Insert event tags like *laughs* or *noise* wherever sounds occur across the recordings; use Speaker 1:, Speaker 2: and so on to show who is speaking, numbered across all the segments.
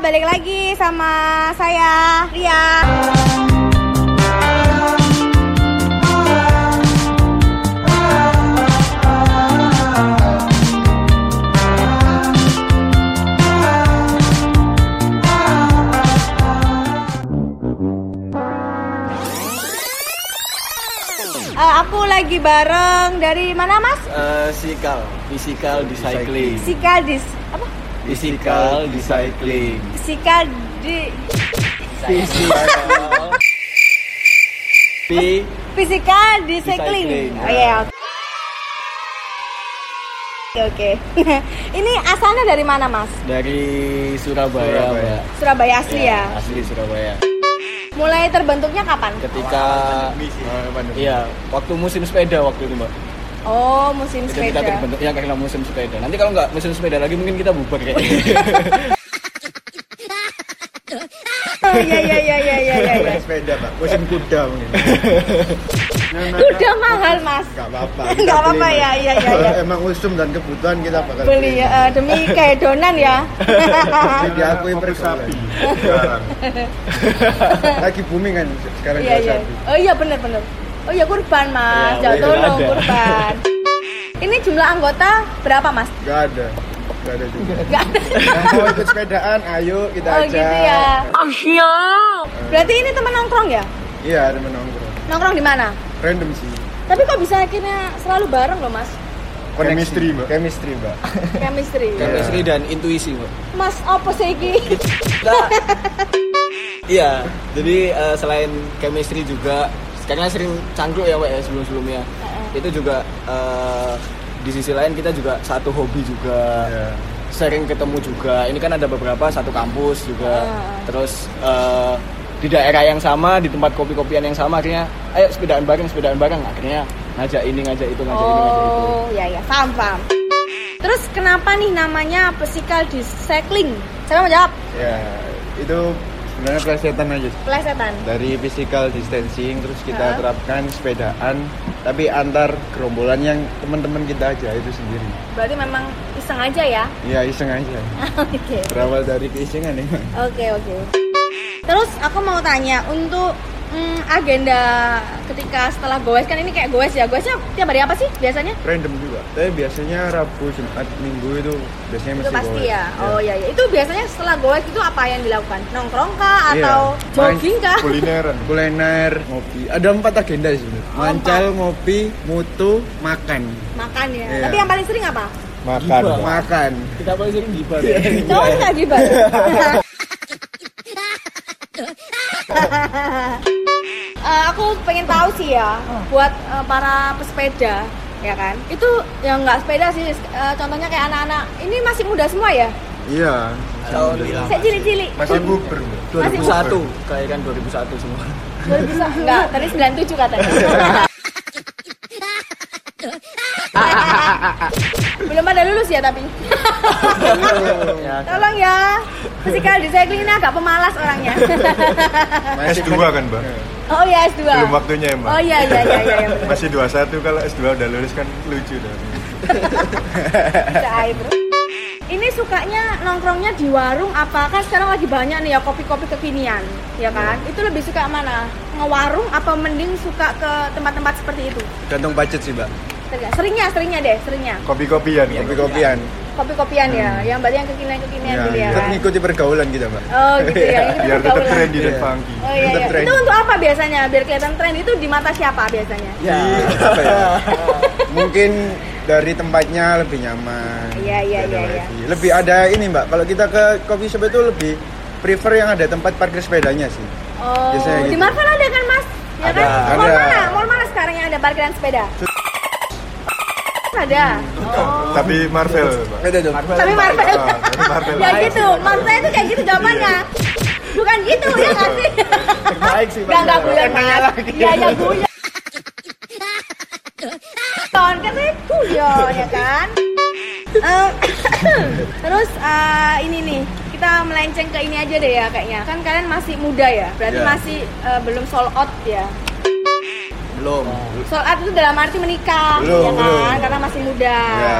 Speaker 1: balik lagi sama saya Ria. Eh, aku lagi bareng dari mana Mas?
Speaker 2: Eh, Sikal, physical recycling,
Speaker 1: Sikal dis apa?
Speaker 2: physical recycling,
Speaker 1: Sikal di
Speaker 2: physical, P,
Speaker 1: Physical Recycling.
Speaker 2: Recycling.
Speaker 1: Oh iya. Oke oke. *laughs* Ini asalnya dari mana Mas?
Speaker 2: dari Surabaya,
Speaker 3: Surabaya.
Speaker 2: Mbak.
Speaker 1: Surabaya asli
Speaker 2: Ya,
Speaker 1: ya.
Speaker 2: asli Surabaya.
Speaker 1: Mulai terbentuknya kapan?
Speaker 2: Ketika,
Speaker 3: Oh, pandemi.
Speaker 2: iya, waktu musim sepeda waktu itu mbak.
Speaker 1: Oh musim
Speaker 2: Itu
Speaker 1: sepeda.
Speaker 2: kita terbentuk ya karena musim sepeda. Nanti kalau nggak musim sepeda lagi mungkin kita bubar
Speaker 1: *laughs*
Speaker 2: kayaknya.
Speaker 1: Oh, Iya iya iya iya iya. iya, iya.
Speaker 3: Bukan sepeda, Pak.
Speaker 1: *laughs*
Speaker 3: Musim kuda Nah, mungkin.
Speaker 1: Kuda mahal Mas.
Speaker 3: Enggak apa-apa.
Speaker 1: Nggak
Speaker 3: kita
Speaker 1: apa-apa,
Speaker 3: beli,
Speaker 1: ya,
Speaker 3: Pak.
Speaker 1: iya, iya,
Speaker 3: Kalau
Speaker 1: iya.
Speaker 3: Emang usum dan kebutuhan kita bakal
Speaker 1: Beli
Speaker 3: beli.
Speaker 1: eh, demi kehedonan ya. *laughs*
Speaker 3: Jadi diakui persapi. Sekarang. *laughs* Lagi booming kan sekarang
Speaker 1: Iya
Speaker 3: jual
Speaker 1: iya.
Speaker 3: sapi.
Speaker 1: Oh iya benar benar. Oh iya kurban Mas.
Speaker 2: Iya,
Speaker 1: Jangan tolong
Speaker 2: ada. *laughs*
Speaker 1: kurban. Ini jumlah anggota berapa Mas?
Speaker 3: Enggak ada. Enggak ada
Speaker 1: *laughs*
Speaker 3: juga.
Speaker 1: Enggak ada.
Speaker 3: Yang mau ikut sepedaan, ayo kita
Speaker 1: Oh
Speaker 3: ajak.
Speaker 1: gitu ya. Oh siap. Berarti ini teman nongkrong ya?
Speaker 3: Iya, ada menongkrong.
Speaker 1: Nongkrong di mana?
Speaker 3: Random sih.
Speaker 1: Tapi kok bisa akhirnya selalu bareng loh mas?
Speaker 3: Koneksi.
Speaker 2: Chemistry, Mbak.
Speaker 3: Chemistry, Mbak.
Speaker 1: Chemistry.
Speaker 3: Iya.
Speaker 2: Chemistry dan intuisi mbak.
Speaker 1: Mas apa sih iki?
Speaker 2: Kita, iya, jadi eh, selain chemistry juga karena sering cangkruk ya Mbak ya sebelum-sebelumnya.
Speaker 1: Heeh.
Speaker 2: Itu juga eh, di sisi lain kita juga satu hobi juga.
Speaker 3: Iya.
Speaker 2: Sering ketemu juga. Ini kan ada beberapa satu kampus juga.
Speaker 1: Heeh.
Speaker 2: Terus eh, di daerah yang sama, di tempat kopi-kopian yang sama akhirnya ayo sepedaan bareng, sepedaan bareng. Akhirnya ngajak ini, ngajak itu, ngajak ini, ngajak itu.
Speaker 1: Oh ya ya paham paham. Terus kenapa nih namanya physical recycling? Saya mau jawab
Speaker 3: Ya, itu sebenarnya plesetan aja.
Speaker 1: pelesetan.
Speaker 3: dari physical distancing terus kita
Speaker 1: Hah?
Speaker 3: terapkan sepedaan tapi antar gerombolan yang teman-teman kita aja itu sendiri
Speaker 1: Berarti memang iseng aja ya? *laughs*
Speaker 3: ya iseng aja
Speaker 1: Oke.
Speaker 3: berawal dari
Speaker 1: *laughs*
Speaker 3: keisengan ya
Speaker 1: Oke oke. Terus aku mau tanya untuk mm, agenda ketika setelah goes kan ini kayak goes ya goesnya tiap hari apa sih biasanya?
Speaker 3: random juga tapi biasanya Rabu Jumat Minggu itu biasanya
Speaker 1: itu
Speaker 3: mesti
Speaker 1: pasti
Speaker 3: goes.
Speaker 1: ya. Oh ya ya. Itu biasanya setelah goes itu apa yang dilakukan? Nongkrong kah
Speaker 3: Iya.
Speaker 1: atau
Speaker 3: Main
Speaker 1: jogging kah?
Speaker 3: kulineran Iya. kuliner ngopi ada empat agenda sih sebenarnya
Speaker 1: Oh,
Speaker 3: mancal ngopi mutu makan
Speaker 1: *laughs* Makan ya.
Speaker 3: Iya.
Speaker 1: Tapi yang paling sering apa?
Speaker 2: Makan, Pak.
Speaker 3: makan
Speaker 2: Kita paling sering gibah.
Speaker 3: Iya.
Speaker 2: ya.
Speaker 1: Cowok enggak gibah.
Speaker 3: *laughs*
Speaker 1: *laughs* Eh, aku pengen tahu sih ya
Speaker 3: Oh.
Speaker 1: buat eh, para pesepeda ya kan itu yang nggak sepeda sih eh, contohnya kayak anak-anak ini masih muda semua ya
Speaker 3: iya
Speaker 2: Tahun
Speaker 1: saya cilik-cilik
Speaker 3: masih buber
Speaker 2: 2001, kayaknya 2001 semua.
Speaker 1: Baru bisa enggak tadi 97
Speaker 4: *laughs*
Speaker 1: katanya belum ada lulus ya
Speaker 4: *laughs*
Speaker 1: tapi Oh.
Speaker 2: *laughs* Ya,
Speaker 1: tolong ya physical recycling ini agak pemalas
Speaker 4: *laughs*
Speaker 1: orangnya
Speaker 3: S2
Speaker 4: kan, Mbak?
Speaker 1: oh ya S2
Speaker 4: Belum waktunya ya, Mbak?
Speaker 1: oh iya iya iya iya bener.
Speaker 4: *laughs* Masih 21 kalau S2 udah lulus kan lucu dong.
Speaker 1: Bisa aja, bro. ini sukanya nongkrongnya di warung apakah sekarang lagi banyak nih ya kopi-kopi kekinian ya kan
Speaker 4: Iya.
Speaker 1: itu lebih suka mana ngewarung apa mending suka ke tempat-tempat seperti itu
Speaker 3: gantung budget sih mbak
Speaker 1: Seringnya- seringnya seringnya deh seringnya
Speaker 4: Kopi-kopian
Speaker 1: Iya,
Speaker 4: ya.
Speaker 3: kopi-kopian
Speaker 1: kopi-kopian ya yang berarti yang kekinian-kekinian
Speaker 3: Ya,
Speaker 1: gitu ya
Speaker 3: ikut
Speaker 1: kan?
Speaker 3: ngikuti pergaulan kita, Mbak.
Speaker 1: oh gitu ya ini kita
Speaker 4: Biar tetap
Speaker 1: pergaulan.
Speaker 4: trendy dan
Speaker 3: Iya.
Speaker 4: funky.
Speaker 1: Oh iya,
Speaker 3: Tetap
Speaker 1: iya.
Speaker 3: tren.
Speaker 1: Itu untuk apa biasanya? Biar kelihatan tren itu di mata siapa biasanya?
Speaker 3: Ya, apa
Speaker 1: *laughs*
Speaker 3: ya? Mungkin dari tempatnya lebih nyaman.
Speaker 1: Iya, iya,
Speaker 3: Ada
Speaker 1: iya, iya.
Speaker 3: wifi. Lebih ada ini, Mbak. Kalau kita ke coffee shop itu lebih prefer yang ada tempat parkir sepedanya sih.
Speaker 1: Oh,
Speaker 3: Biasanya
Speaker 1: di
Speaker 3: gitu.
Speaker 1: Marvel ada kan mas? Ya
Speaker 3: Ada,
Speaker 1: kan? Mall
Speaker 3: ada.
Speaker 1: mana? Mall mana sekarang yang ada parkiran sepeda? ada. Oh.
Speaker 4: Tapi Marvel, Mbak.
Speaker 3: Hmm. Ada dong.
Speaker 1: Tapi Marvel.
Speaker 4: Ah, tapi Marvel.
Speaker 1: ya Iya, gitu. Maksudnya itu kayak gitu jawabannya. Bukan gitu ya nggak sih?
Speaker 2: Baik sih, Pak.
Speaker 1: Gak gak guyon mas. Ya ya guyon. Ton kan saya guyon ya kan. Eh, *coughs* Terus eh, ini nih kita melenceng ke ini aja deh ya kayaknya. Kan kalian masih muda ya, berarti
Speaker 2: Iya.
Speaker 3: Ya.
Speaker 1: masih eh, belum sold out ya.
Speaker 3: Belum.
Speaker 1: Sold out itu dalam arti menikah ya
Speaker 3: Belum,
Speaker 1: kan,
Speaker 3: belum.
Speaker 1: karena masih muda.
Speaker 3: Ya.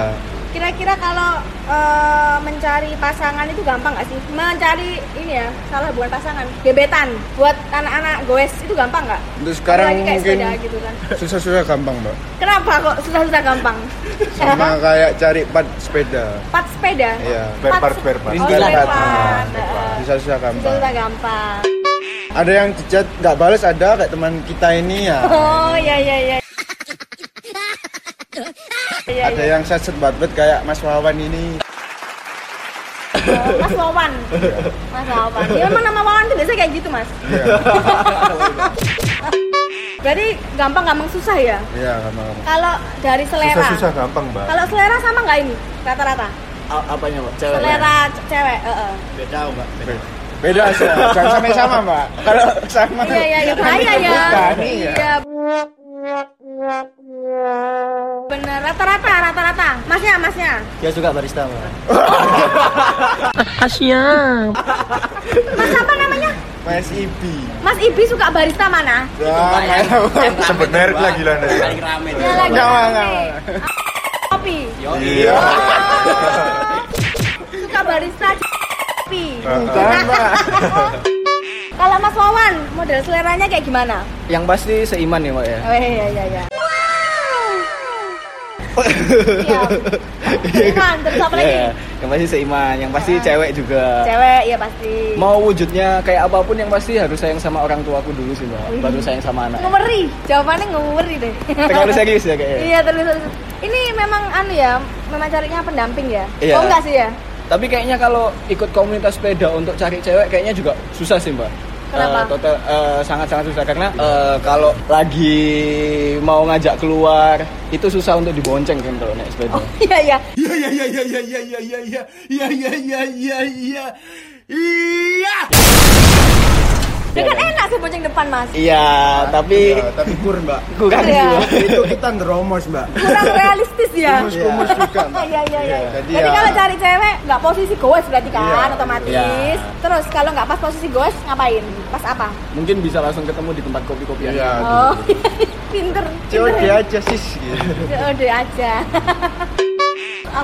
Speaker 1: Kira-kira kalau eh, mencari pasangan itu gampang nggak sih? Mencari ini ya, salah bukan pasangan, gebetan buat anak-anak goes itu gampang nggak?
Speaker 3: Untuk sekarang
Speaker 1: Apalagi kayak
Speaker 3: mungkin-
Speaker 1: sepeda gitu kan.
Speaker 3: susah-susah gampang mbak
Speaker 1: Kenapa kok susah-susah gampang?
Speaker 3: sama kayak cari part sepeda
Speaker 1: Pat sepeda.
Speaker 3: Iya.
Speaker 4: Spare part, spare part.
Speaker 1: Oh,
Speaker 3: Ringkilan.
Speaker 1: spare part.
Speaker 3: Ah,
Speaker 1: Heeh.
Speaker 3: susah-susah gampang
Speaker 1: Susah-susah gampang.
Speaker 3: ada yang dicat nggak balas ada kayak teman kita ini ya
Speaker 1: Oh ya ya ya. *laughs* Iya,
Speaker 3: ada ya?
Speaker 1: iya.
Speaker 3: yang saset banget kayak Mas Wawan ini
Speaker 1: Oh, Mas Wawan. Mas Wawan. Ya emang nama Wawan tuh biasanya kayak gitu, Mas. *laughs*
Speaker 3: iya
Speaker 1: Berarti gampang gampang susah ya?
Speaker 3: iya gampang
Speaker 1: Kalau dari selera.
Speaker 4: Susah-susah gampang, Mbak.
Speaker 1: Kalau selera sama nggak ini rata-rata?
Speaker 2: A- apanya mbak? Cewek.
Speaker 1: Selera ce- cewek, heeh.
Speaker 2: Beda mbak. Beda.
Speaker 3: beda sih *laughs* jangan sampai sama mbak kalau sama
Speaker 1: Iya, iya, iya, bahaya ya.
Speaker 3: Bukan, iya.
Speaker 1: Iya. Bener, rata-rata, rata-rata. Masnya, masnya.
Speaker 5: Dia suka barista,
Speaker 3: Ah,
Speaker 5: Mbak.
Speaker 1: Mas apa namanya?
Speaker 3: Mas Ibi
Speaker 1: Mas Ibi suka barista mana?
Speaker 3: Jangan, *laughs* Mbak.
Speaker 4: Sempet nerd lagi lah, Nek.
Speaker 2: Paling rame.
Speaker 1: Ya lagi
Speaker 3: Enggak,
Speaker 1: rame.
Speaker 3: enggak,
Speaker 1: Kopi.
Speaker 2: Yo,
Speaker 4: Iya.
Speaker 1: Suka barista c- kopi.
Speaker 3: Jangan, Mbak.
Speaker 1: *laughs* Kalau Mas Wawan, model seleranya kayak gimana?
Speaker 2: Yang pasti seiman ya mbak ya.
Speaker 1: Oh iya iya iya. Siap. Iman, terus apa Iya. lagi? Ah.
Speaker 2: Iya, Yang pasti seiman. Yang pasti cewek juga.
Speaker 1: Cewek ya pasti.
Speaker 2: Mau wujudnya kayak apapun yang pasti harus sayang sama orang tuaku dulu sih mbak. Baru sayang sama anak.
Speaker 1: Ngeri, jawabannya ngeri deh.
Speaker 2: Terlalu serius ya kayaknya.
Speaker 1: Iya terus terus. Ini memang anu ya, memang carinya pendamping ya.
Speaker 2: Iya.
Speaker 1: Oh enggak sih ya?
Speaker 2: Tapi kayaknya kalau ikut komunitas sepeda untuk cari cewek kayaknya juga susah sih mbak.
Speaker 1: Kenapa?
Speaker 2: Eh, total eh, sangat-sangat susah karena eh, kalau lagi mau ngajak keluar itu susah untuk dibonceng kan kalau naik sepeda.
Speaker 1: Oh iya iya. Iya iya iya iya iya iya iya iya iya iya iya. Dengan enak sih bonceng depan mas.
Speaker 2: Iya, tapi
Speaker 3: Iya, tapi kur mbak
Speaker 2: kurang
Speaker 1: Iya.
Speaker 2: sih. Mbak.
Speaker 3: itu kita ngeromos mbak
Speaker 1: Kurang realistis ya.
Speaker 3: kumus-kumus juga mbak
Speaker 1: Iya iya iya.
Speaker 3: Iya,
Speaker 1: Jadi,
Speaker 3: jadi ya.
Speaker 1: kalau cari cewek nggak posisi goes berarti kan
Speaker 3: Iya,
Speaker 1: otomatis.
Speaker 2: iya.
Speaker 1: Terus kalau nggak pas posisi goes ngapain? Pas apa?
Speaker 2: Mungkin bisa langsung ketemu di tempat kopi-kopian.
Speaker 3: iya
Speaker 1: Oh, pinter. pinter
Speaker 3: COD
Speaker 1: ya.
Speaker 3: aja sis gitu.
Speaker 1: COD aja. *laughs*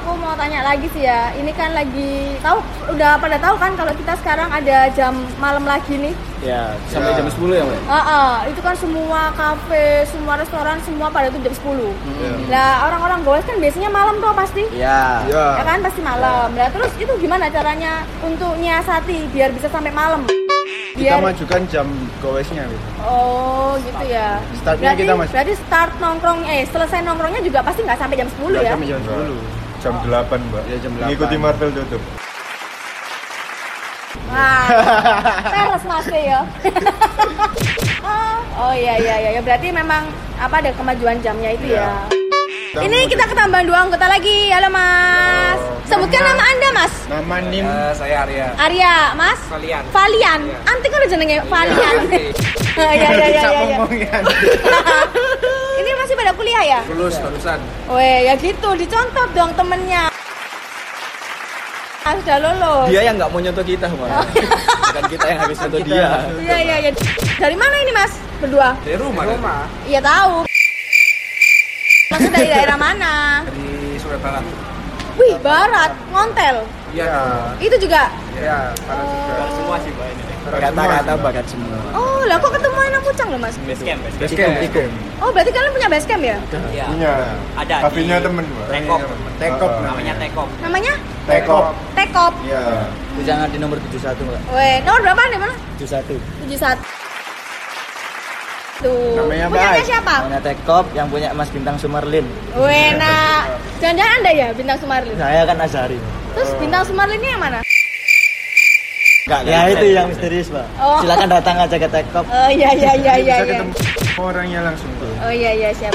Speaker 1: Aku mau tanya lagi sih ya, ini kan lagi tahu udah pada tahu kan kalau kita sekarang ada jam malam lagi nih.
Speaker 2: Iya, sampai
Speaker 3: Iya.
Speaker 2: jam 10 ya mbak.
Speaker 1: Ah, ah, itu kan semua kafe, semua restoran, semua pada tutup jam 10. Nah, orang-orang goes kan biasanya malam tuh pasti.
Speaker 2: Iya.
Speaker 3: Iya.
Speaker 1: Ya kan pasti malam. Nah, terus itu gimana caranya untuk nyiasati biar bisa sampai malam? Biar
Speaker 3: kita majukan jam goesnya gitu
Speaker 1: Oh, gitu ya.
Speaker 3: Startnya
Speaker 1: berarti,
Speaker 3: kita mas-
Speaker 1: berarti start nongkrong eh selesai nongkrongnya juga pasti nggak sampai jam 10 ya.
Speaker 3: sampai jam 10
Speaker 4: Jam 8, Mbak.
Speaker 3: Iya, jam
Speaker 4: Ngikuti
Speaker 3: 8.
Speaker 4: Marvel tutup.
Speaker 1: Nah, teres mas ya. oh iya iya iya berarti memang apa ada kemajuan jamnya itu
Speaker 3: Iya.
Speaker 1: ya. Ini kita ketambahan dua anggota lagi. Halo Mas.
Speaker 3: Halo.
Speaker 1: Sebutkan nama Anda Mas.
Speaker 3: nama nim
Speaker 6: saya Arya.
Speaker 1: Arya, Mas.
Speaker 6: Valian.
Speaker 1: Valian. Antik udah jenenge Valian. *laughs* Iya iya iya iya.
Speaker 3: Bisa
Speaker 1: iya.
Speaker 3: ngomongnya.
Speaker 1: *laughs* Ini masih pada kuliah ya?
Speaker 6: Lulus barusan.
Speaker 1: Weh, ya gitu, dicontoh dong temennya. Ah, sudah lulus.
Speaker 2: Dia yang nggak mau nyontoh kita
Speaker 1: *laughs*
Speaker 2: mbak. Bukan kita yang harus nyontoh
Speaker 3: Kita
Speaker 2: dia.
Speaker 3: harus nyontoh.
Speaker 1: Iya, iya, iya. Dari mana ini, Mas? Berdua?
Speaker 6: Dari rumah. Dari rumah.
Speaker 1: Iya, tahu. Maksud dari daerah mana?
Speaker 6: Dari Surat Barat.
Speaker 1: Wih, barat, ngontel.
Speaker 6: Iya.
Speaker 1: Itu juga.
Speaker 6: Iya.
Speaker 2: Semua sih mbak ini. Kata-kata bakat semua.
Speaker 1: Oh, lah kok ketemu anak Pucang loh, Mas?
Speaker 7: Basecamp, basecamp.
Speaker 2: Ikut, ikut.
Speaker 1: Oh, berarti kalian punya base camp ya?
Speaker 7: Iya.
Speaker 4: Punya.
Speaker 7: Ada
Speaker 4: Kafinya
Speaker 7: di-
Speaker 4: temen, Mbak.
Speaker 7: Tekop.
Speaker 3: tekop
Speaker 7: Namanya
Speaker 3: namanya
Speaker 7: Tekop.
Speaker 1: Namanya?
Speaker 3: tekop
Speaker 1: Tekop.
Speaker 3: iya
Speaker 5: Pujangan di nomor 71, Mbak.
Speaker 1: Weh, nomor berapa di mana?
Speaker 5: 71.
Speaker 1: 71. Tuh.
Speaker 3: Namanya apa?
Speaker 1: Punyanya siapa?
Speaker 5: Punya Tekop yang punya Mas Bintang Sumerlin.
Speaker 1: Weh, nak. Jangan-jangan Anda ya, Bintang Sumarlin?
Speaker 5: Saya kan Azhari.
Speaker 1: Terus Bintang Sumarlinnya yang mana?
Speaker 5: ya itu yang misterius, Mbak.
Speaker 1: Oh.
Speaker 5: Silakan datang aja ke Tekop.
Speaker 1: Oh iya iya iya iya.
Speaker 3: bisa
Speaker 1: iya.
Speaker 3: ketemu orangnya langsung tuh
Speaker 1: Oh iya iya siap.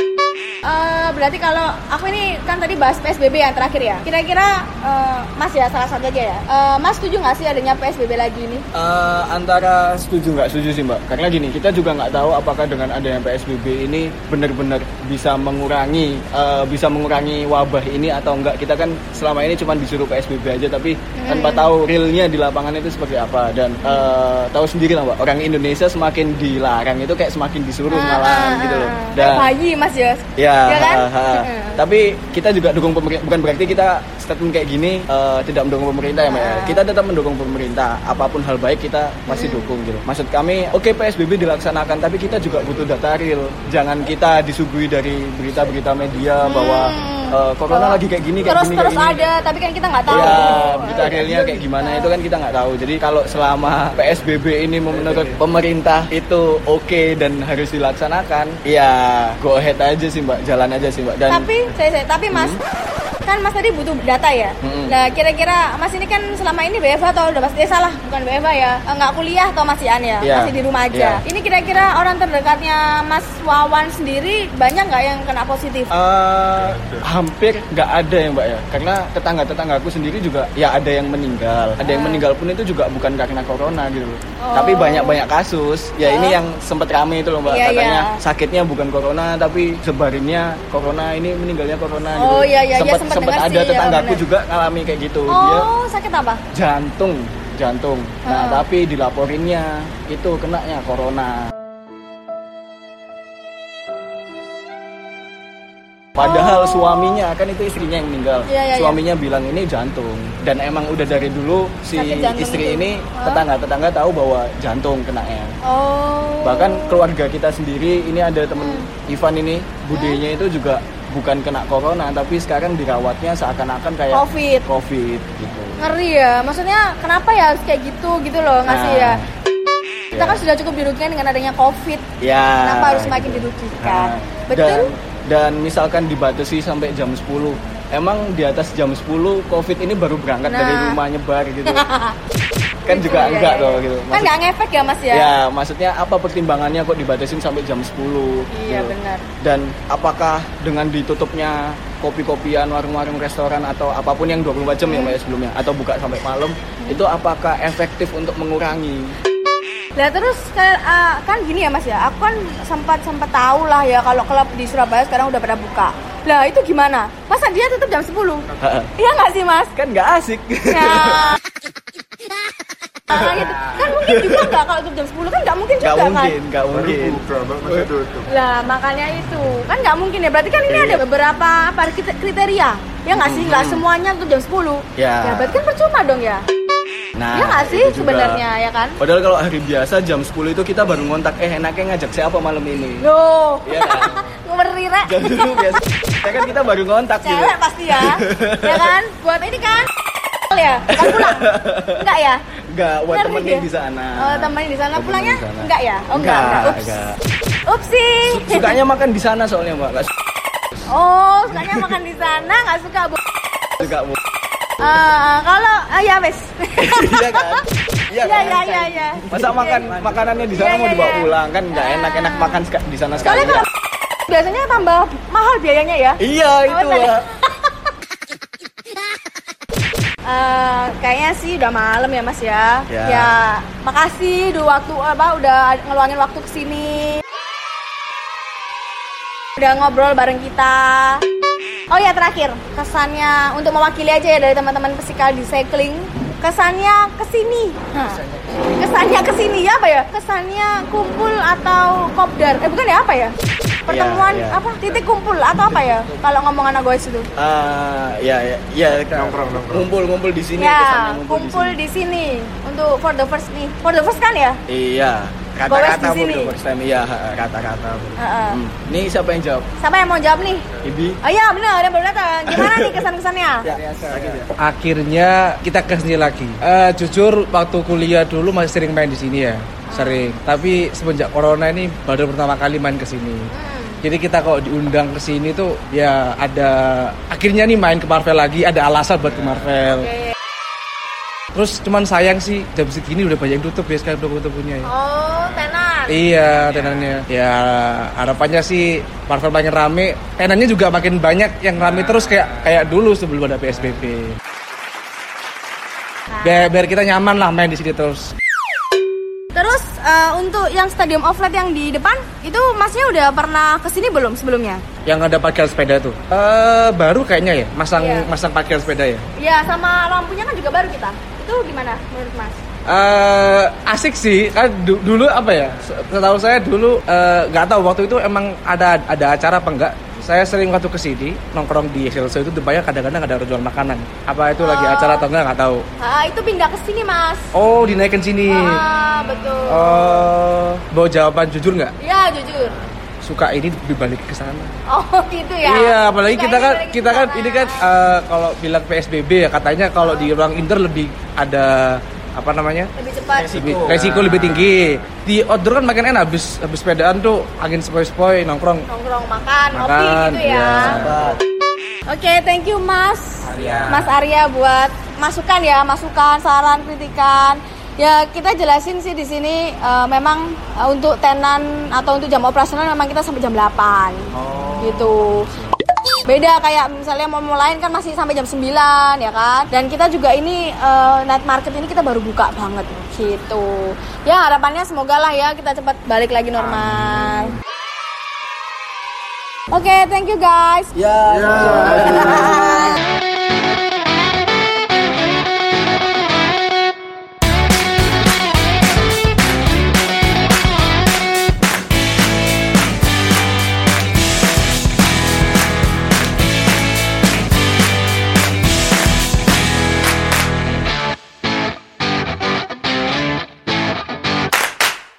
Speaker 1: Eh, berarti kalau aku ini kan tadi bahas PSBB yang terakhir ya. Kira-kira eh, Mas ya salah satu aja ya. Eh, mas setuju nggak sih adanya PSBB lagi ini?
Speaker 2: Eh, antara setuju nggak setuju sih mbak karena gini kita juga nggak tahu apakah dengan adanya psbb ini benar-benar bisa mengurangi eh, bisa mengurangi wabah ini atau enggak kita kan selama ini cuma disuruh psbb aja tapi
Speaker 1: Hmm.
Speaker 2: tanpa tahu realnya di lapangan itu seperti apa dan eh, tahu sendiri lah mbak orang Indonesia semakin dilarang itu kayak semakin disuruh
Speaker 1: Ah,
Speaker 2: malah
Speaker 1: ah,
Speaker 2: gitu loh
Speaker 1: ah.
Speaker 2: dan
Speaker 1: Kayak bayi Mas ya.
Speaker 2: ya,
Speaker 1: kan?
Speaker 2: ha, ha.
Speaker 1: Heeh.
Speaker 2: Tapi kita juga dukung pemerintah, bukan berarti kita statement kayak gini eh, tidak mendukung pemerintah ya, Mbak. ya.
Speaker 1: Ah.
Speaker 2: Kita tetap mendukung pemerintah. Apapun hal baik kita masih dukung gitu. Maksud kami, oke PSBB dilaksanakan, tapi kita juga butuh data real. Jangan kita disuguhi dari berita-berita media bahwa eh, corona lagi kayak gini kayak
Speaker 1: Hmm. terus
Speaker 2: gini
Speaker 1: terus
Speaker 2: kayak gini.
Speaker 1: ada tapi kan kita nggak tahu
Speaker 2: Ya, berita realnya kayak gimana itu kan kita nggak tahu. Jadi kalau selama PSBB ini menurut pemerintah itu oke dan harus dilaksanakan, ya go ahead aja sih mbak, jalan aja sih mbak. Dan
Speaker 1: tapi saya, saya tapi mas kan mas tadi butuh data ya
Speaker 2: Hmm.
Speaker 1: nah kira-kira mas ini kan selama ini BFA atau udah pasti eh, salah bukan BFA ya Eh, nggak kuliah atau masihan ya
Speaker 2: Iya.
Speaker 1: masih di rumah aja ini kira-kira orang terdekatnya mas Wawan sendiri banyak nggak yang kena positif
Speaker 2: eh, hampir nggak ada ya mbak ya, karena tetangga tetanggaku sendiri juga ya ada yang meninggal, ada yang meninggal pun itu juga bukan karena corona gitu. loh.
Speaker 1: Ah. Oh.
Speaker 2: Tapi banyak banyak kasus, ya ini yang sempet rame itu loh mbak,
Speaker 1: Iya,
Speaker 2: katanya
Speaker 1: iya.
Speaker 2: sakitnya bukan corona tapi sebarinnya corona ini meninggalnya corona gitu.
Speaker 1: Oh, iya, iya, iya, sempet
Speaker 2: Sempet sempet
Speaker 1: dengar
Speaker 2: ada
Speaker 1: sih, iya,
Speaker 2: tetanggaku
Speaker 1: benar.
Speaker 2: juga ngalami kayak gitu, dia
Speaker 1: oh sakit apa
Speaker 2: jantung jantung. Nah
Speaker 1: Ah.
Speaker 2: tapi dilaporinnya itu kenanya corona. Padahal suaminya kan itu istrinya yang meninggal.
Speaker 1: Oh. Iya, iya, iya.
Speaker 2: suaminya bilang ini jantung dan emang udah dari dulu si
Speaker 1: Sakit jantung
Speaker 2: istri
Speaker 1: itu.
Speaker 2: ini
Speaker 1: Hah?
Speaker 2: tetangga-tetangga tahu bahwa jantung kenanya.
Speaker 1: oh Hmm.
Speaker 2: Bahkan keluarga kita sendiri ini ada temen Ivan ini budenya itu juga bukan kena corona tapi sekarang dirawatnya seakan-akan kayak
Speaker 1: Covid.
Speaker 2: Covid gitu.
Speaker 1: ngeri ya maksudnya kenapa ya harus kayak gitu gitu loh ngasih ya
Speaker 2: Nah. Iya.
Speaker 1: kita kan sudah cukup dirugikan dengan adanya covid
Speaker 2: Ya.
Speaker 1: kenapa harus makin dirugikan
Speaker 2: Nah,
Speaker 1: betul
Speaker 2: Dan, dan misalkan dibatasi sampai jam 10. Emang di atas jam 10 Covid ini baru berangkat dari
Speaker 1: Nah.
Speaker 2: rumah nyebar
Speaker 1: *laughs*
Speaker 2: gitu. *laughs* kan
Speaker 1: Gitu,
Speaker 2: juga
Speaker 1: iya,
Speaker 2: enggak
Speaker 1: iya.
Speaker 2: loh gitu.
Speaker 1: kan
Speaker 2: Maksud-
Speaker 1: nggak ngefek ya mas ya
Speaker 2: ya, maksudnya apa pertimbangannya kok dibatasin sampai jam 10?
Speaker 1: Iya,
Speaker 2: gitu.
Speaker 1: benar.
Speaker 2: Dan apakah dengan ditutupnya kopi-kopian, warung-warung, restoran atau apapun yang 24 jam ya Mbak ya sebelumnya atau buka sampai malam,
Speaker 1: Hmm.
Speaker 2: itu apakah efektif untuk mengurangi? *laughs*
Speaker 1: Nah terus kayak, ah, kan gini ya mas ya, aku kan sempat sempat tahu lah ya kalau klub di Surabaya sekarang udah pada buka. Lah itu gimana? Masa dia tutup jam 10? Iya nggak sih mas?
Speaker 2: kan nggak asik. *laughs*
Speaker 1: Nah, Nah, gitu. kan mungkin juga nggak kalau tutup jam 10 kan nggak mungkin juga
Speaker 2: Nggak mungkin,
Speaker 1: kan?
Speaker 2: nggak
Speaker 4: Baru
Speaker 2: mungkin.
Speaker 4: buka, Mbak, masa tutup.
Speaker 1: Lah makanya itu kan nggak mungkin ya. Berarti kan ini ada beberapa apa, krite- kriteria ya nggak sih? Nggak semuanya tutup jam 10
Speaker 2: Ya.
Speaker 1: berarti kan percuma dong ya?
Speaker 2: Nah,
Speaker 1: Iya nggak sih
Speaker 2: itu juga.
Speaker 1: sebenarnya ya kan?
Speaker 2: Padahal kalau hari biasa jam 10 itu kita baru ngontak, eh enaknya ngajak siapa malam ini?
Speaker 1: Loh,
Speaker 2: Iya kan?
Speaker 1: *laughs* ngeri rek.
Speaker 2: Jam 10 biasa, ya kan kita baru ngontak gitu.
Speaker 1: cewek pasti
Speaker 2: *laughs*
Speaker 1: ya ya kan buat ini kan ya kan pulang enggak ya
Speaker 2: Enggak, buat
Speaker 1: Ngerti
Speaker 2: temennya
Speaker 1: dia?
Speaker 2: di sana.
Speaker 1: oh temen di sana
Speaker 2: Buat
Speaker 1: pulangnya
Speaker 2: temen di sana.
Speaker 1: enggak ya oh enggak,
Speaker 2: Enggak,
Speaker 1: Ups.
Speaker 2: enggak.
Speaker 1: upsi
Speaker 2: Sukanya makan di sana soalnya mbak, nggak suka
Speaker 1: oh sukanya makan di sana nggak suka bu
Speaker 2: juga bu.
Speaker 1: Eh, kalau ah, ya wes
Speaker 2: Iya kan?
Speaker 1: *laughs*
Speaker 2: Iya
Speaker 1: Iya,
Speaker 2: kan?
Speaker 1: iya, iya, iya.
Speaker 2: Masa makan makanannya di sana
Speaker 1: Iya,
Speaker 2: mau
Speaker 1: iya,
Speaker 2: dibawa
Speaker 1: iya.
Speaker 2: pulang kan nggak
Speaker 1: Ah.
Speaker 2: enak-enak makan seka- di sana sekali.
Speaker 1: soalnya kalau biasanya tambah mahal biayanya ya
Speaker 2: Iya itu
Speaker 1: Bener.
Speaker 2: Mbak.
Speaker 1: Eh, kayaknya sih udah malam ya mas ya.
Speaker 2: Ya.
Speaker 1: Ya, makasih udah waktu apa udah ngeluangin waktu kesini. Udah ngobrol bareng kita. Oh ya terakhir kesannya untuk mewakili aja ya dari teman-teman pesikal di cycling. Kesannya kesini. Hah. Kesannya kesini ya apa ya? Kesannya kumpul atau kopdar? Eh bukan ya apa ya? Pertemuan
Speaker 2: ya.
Speaker 1: apa? Titik kumpul atau apa ya? Kalau ngomong anak goes itu.
Speaker 2: Ah, ya, ya, ya,
Speaker 4: Nongkrong, nongkrong.
Speaker 2: ngumpul-ngumpul di sini,
Speaker 1: ya,
Speaker 2: kesannya ngumpul di
Speaker 1: kumpul
Speaker 2: sini.
Speaker 1: di sini untuk for the first nih. For the first kan ya?
Speaker 2: Iya,
Speaker 1: Gowes di
Speaker 2: kata-kata
Speaker 1: sini.
Speaker 2: bodoh first time. Iya, ha, kata-kata.
Speaker 1: Heeh.
Speaker 2: Hmm. Ini siapa yang jawab?
Speaker 1: Siapa yang mau jawab nih?
Speaker 2: Ibi.
Speaker 1: Oh iya benar, yang baru datang. Gimana nih
Speaker 2: *laughs*
Speaker 1: kesan-kesannya?
Speaker 2: Ya.
Speaker 7: akhirnya kita ke sini lagi. Eh, jujur waktu kuliah dulu masih sering main di sini ya, sering. Tapi semenjak corona ini baru pertama kali main ke sini. Jadi kita kalau diundang ke sini tuh ya ada akhirnya nih main ke Marvel lagi, ada alasan buat ke Marvel.
Speaker 1: Oke.
Speaker 7: Terus cuman sayang sih jam segini udah banyak yang tutup ya sekarang udah tutup punya ya.
Speaker 1: Oh, tenan.
Speaker 7: Iya, tenannya. Ya harapannya sih Marvel makin rame, tenannya juga makin banyak yang rame terus kayak kayak dulu sebelum ada PSBB. Biar, biar kita nyaman lah main di sini terus.
Speaker 1: Terus eh, untuk yang stadium offline yang di depan itu Masnya udah pernah kesini belum sebelumnya?
Speaker 7: Yang ada parkiran sepeda tuh. Eh baru kayaknya ya, masang
Speaker 1: Iya.
Speaker 7: masang parkiran sepeda ya.
Speaker 1: Iya, sama lampunya kan juga baru kita. Itu gimana menurut Mas?
Speaker 7: Eh asik sih. Kan du- dulu apa ya? se- Setahu saya dulu eh, nggak tahu waktu itu emang ada ada acara apa enggak
Speaker 2: saya sering waktu kesini nongkrong di Excelsior itu depannya kadang-kadang ada orang jual makanan. Apa itu lagi
Speaker 1: Oh.
Speaker 2: acara atau enggak nggak tahu.
Speaker 1: Ah, itu pindah ke sini mas.
Speaker 2: Oh dinaikin sini.
Speaker 1: Ah, betul.
Speaker 2: Oh, mau jawaban jujur nggak?
Speaker 1: Ya jujur.
Speaker 2: Suka ini dibalik ke sana.
Speaker 1: Oh *laughs* gitu ya.
Speaker 2: Iya, apalagi
Speaker 1: Suka
Speaker 2: kita
Speaker 1: ini
Speaker 2: kan
Speaker 1: balik ke
Speaker 2: kita kan
Speaker 1: sana.
Speaker 2: ini kan eh, kalau bilang PSBB ya katanya kalau di ruang indoor lebih ada apa namanya?
Speaker 1: lebih cepat.
Speaker 2: Lebih, resiko lebih tinggi. Di outdoor kan makin enak habis habis sepedaan tuh angin sepoi-sepoi nongkrong.
Speaker 1: Nongkrong makan, ngopi
Speaker 2: Makan,
Speaker 1: gitu ya.
Speaker 2: iya.
Speaker 1: Oke, thank you Mas.
Speaker 8: Arya.
Speaker 1: Mas Arya buat masukan ya, masukan, saran, kritikan. Ya kita jelasin sih di sini eh, memang eh, untuk tenan atau untuk jam operasional memang kita sampai jam 8. Gitu. Beda kayak misalnya mau mulai kan masih sampai jam 9 ya kan. Dan kita juga ini eh, night market ini kita baru buka banget gitu. Ya harapannya semoga lah ya kita cepat balik lagi normal. Oke, thank you guys.
Speaker 3: Ya.
Speaker 1: Bye.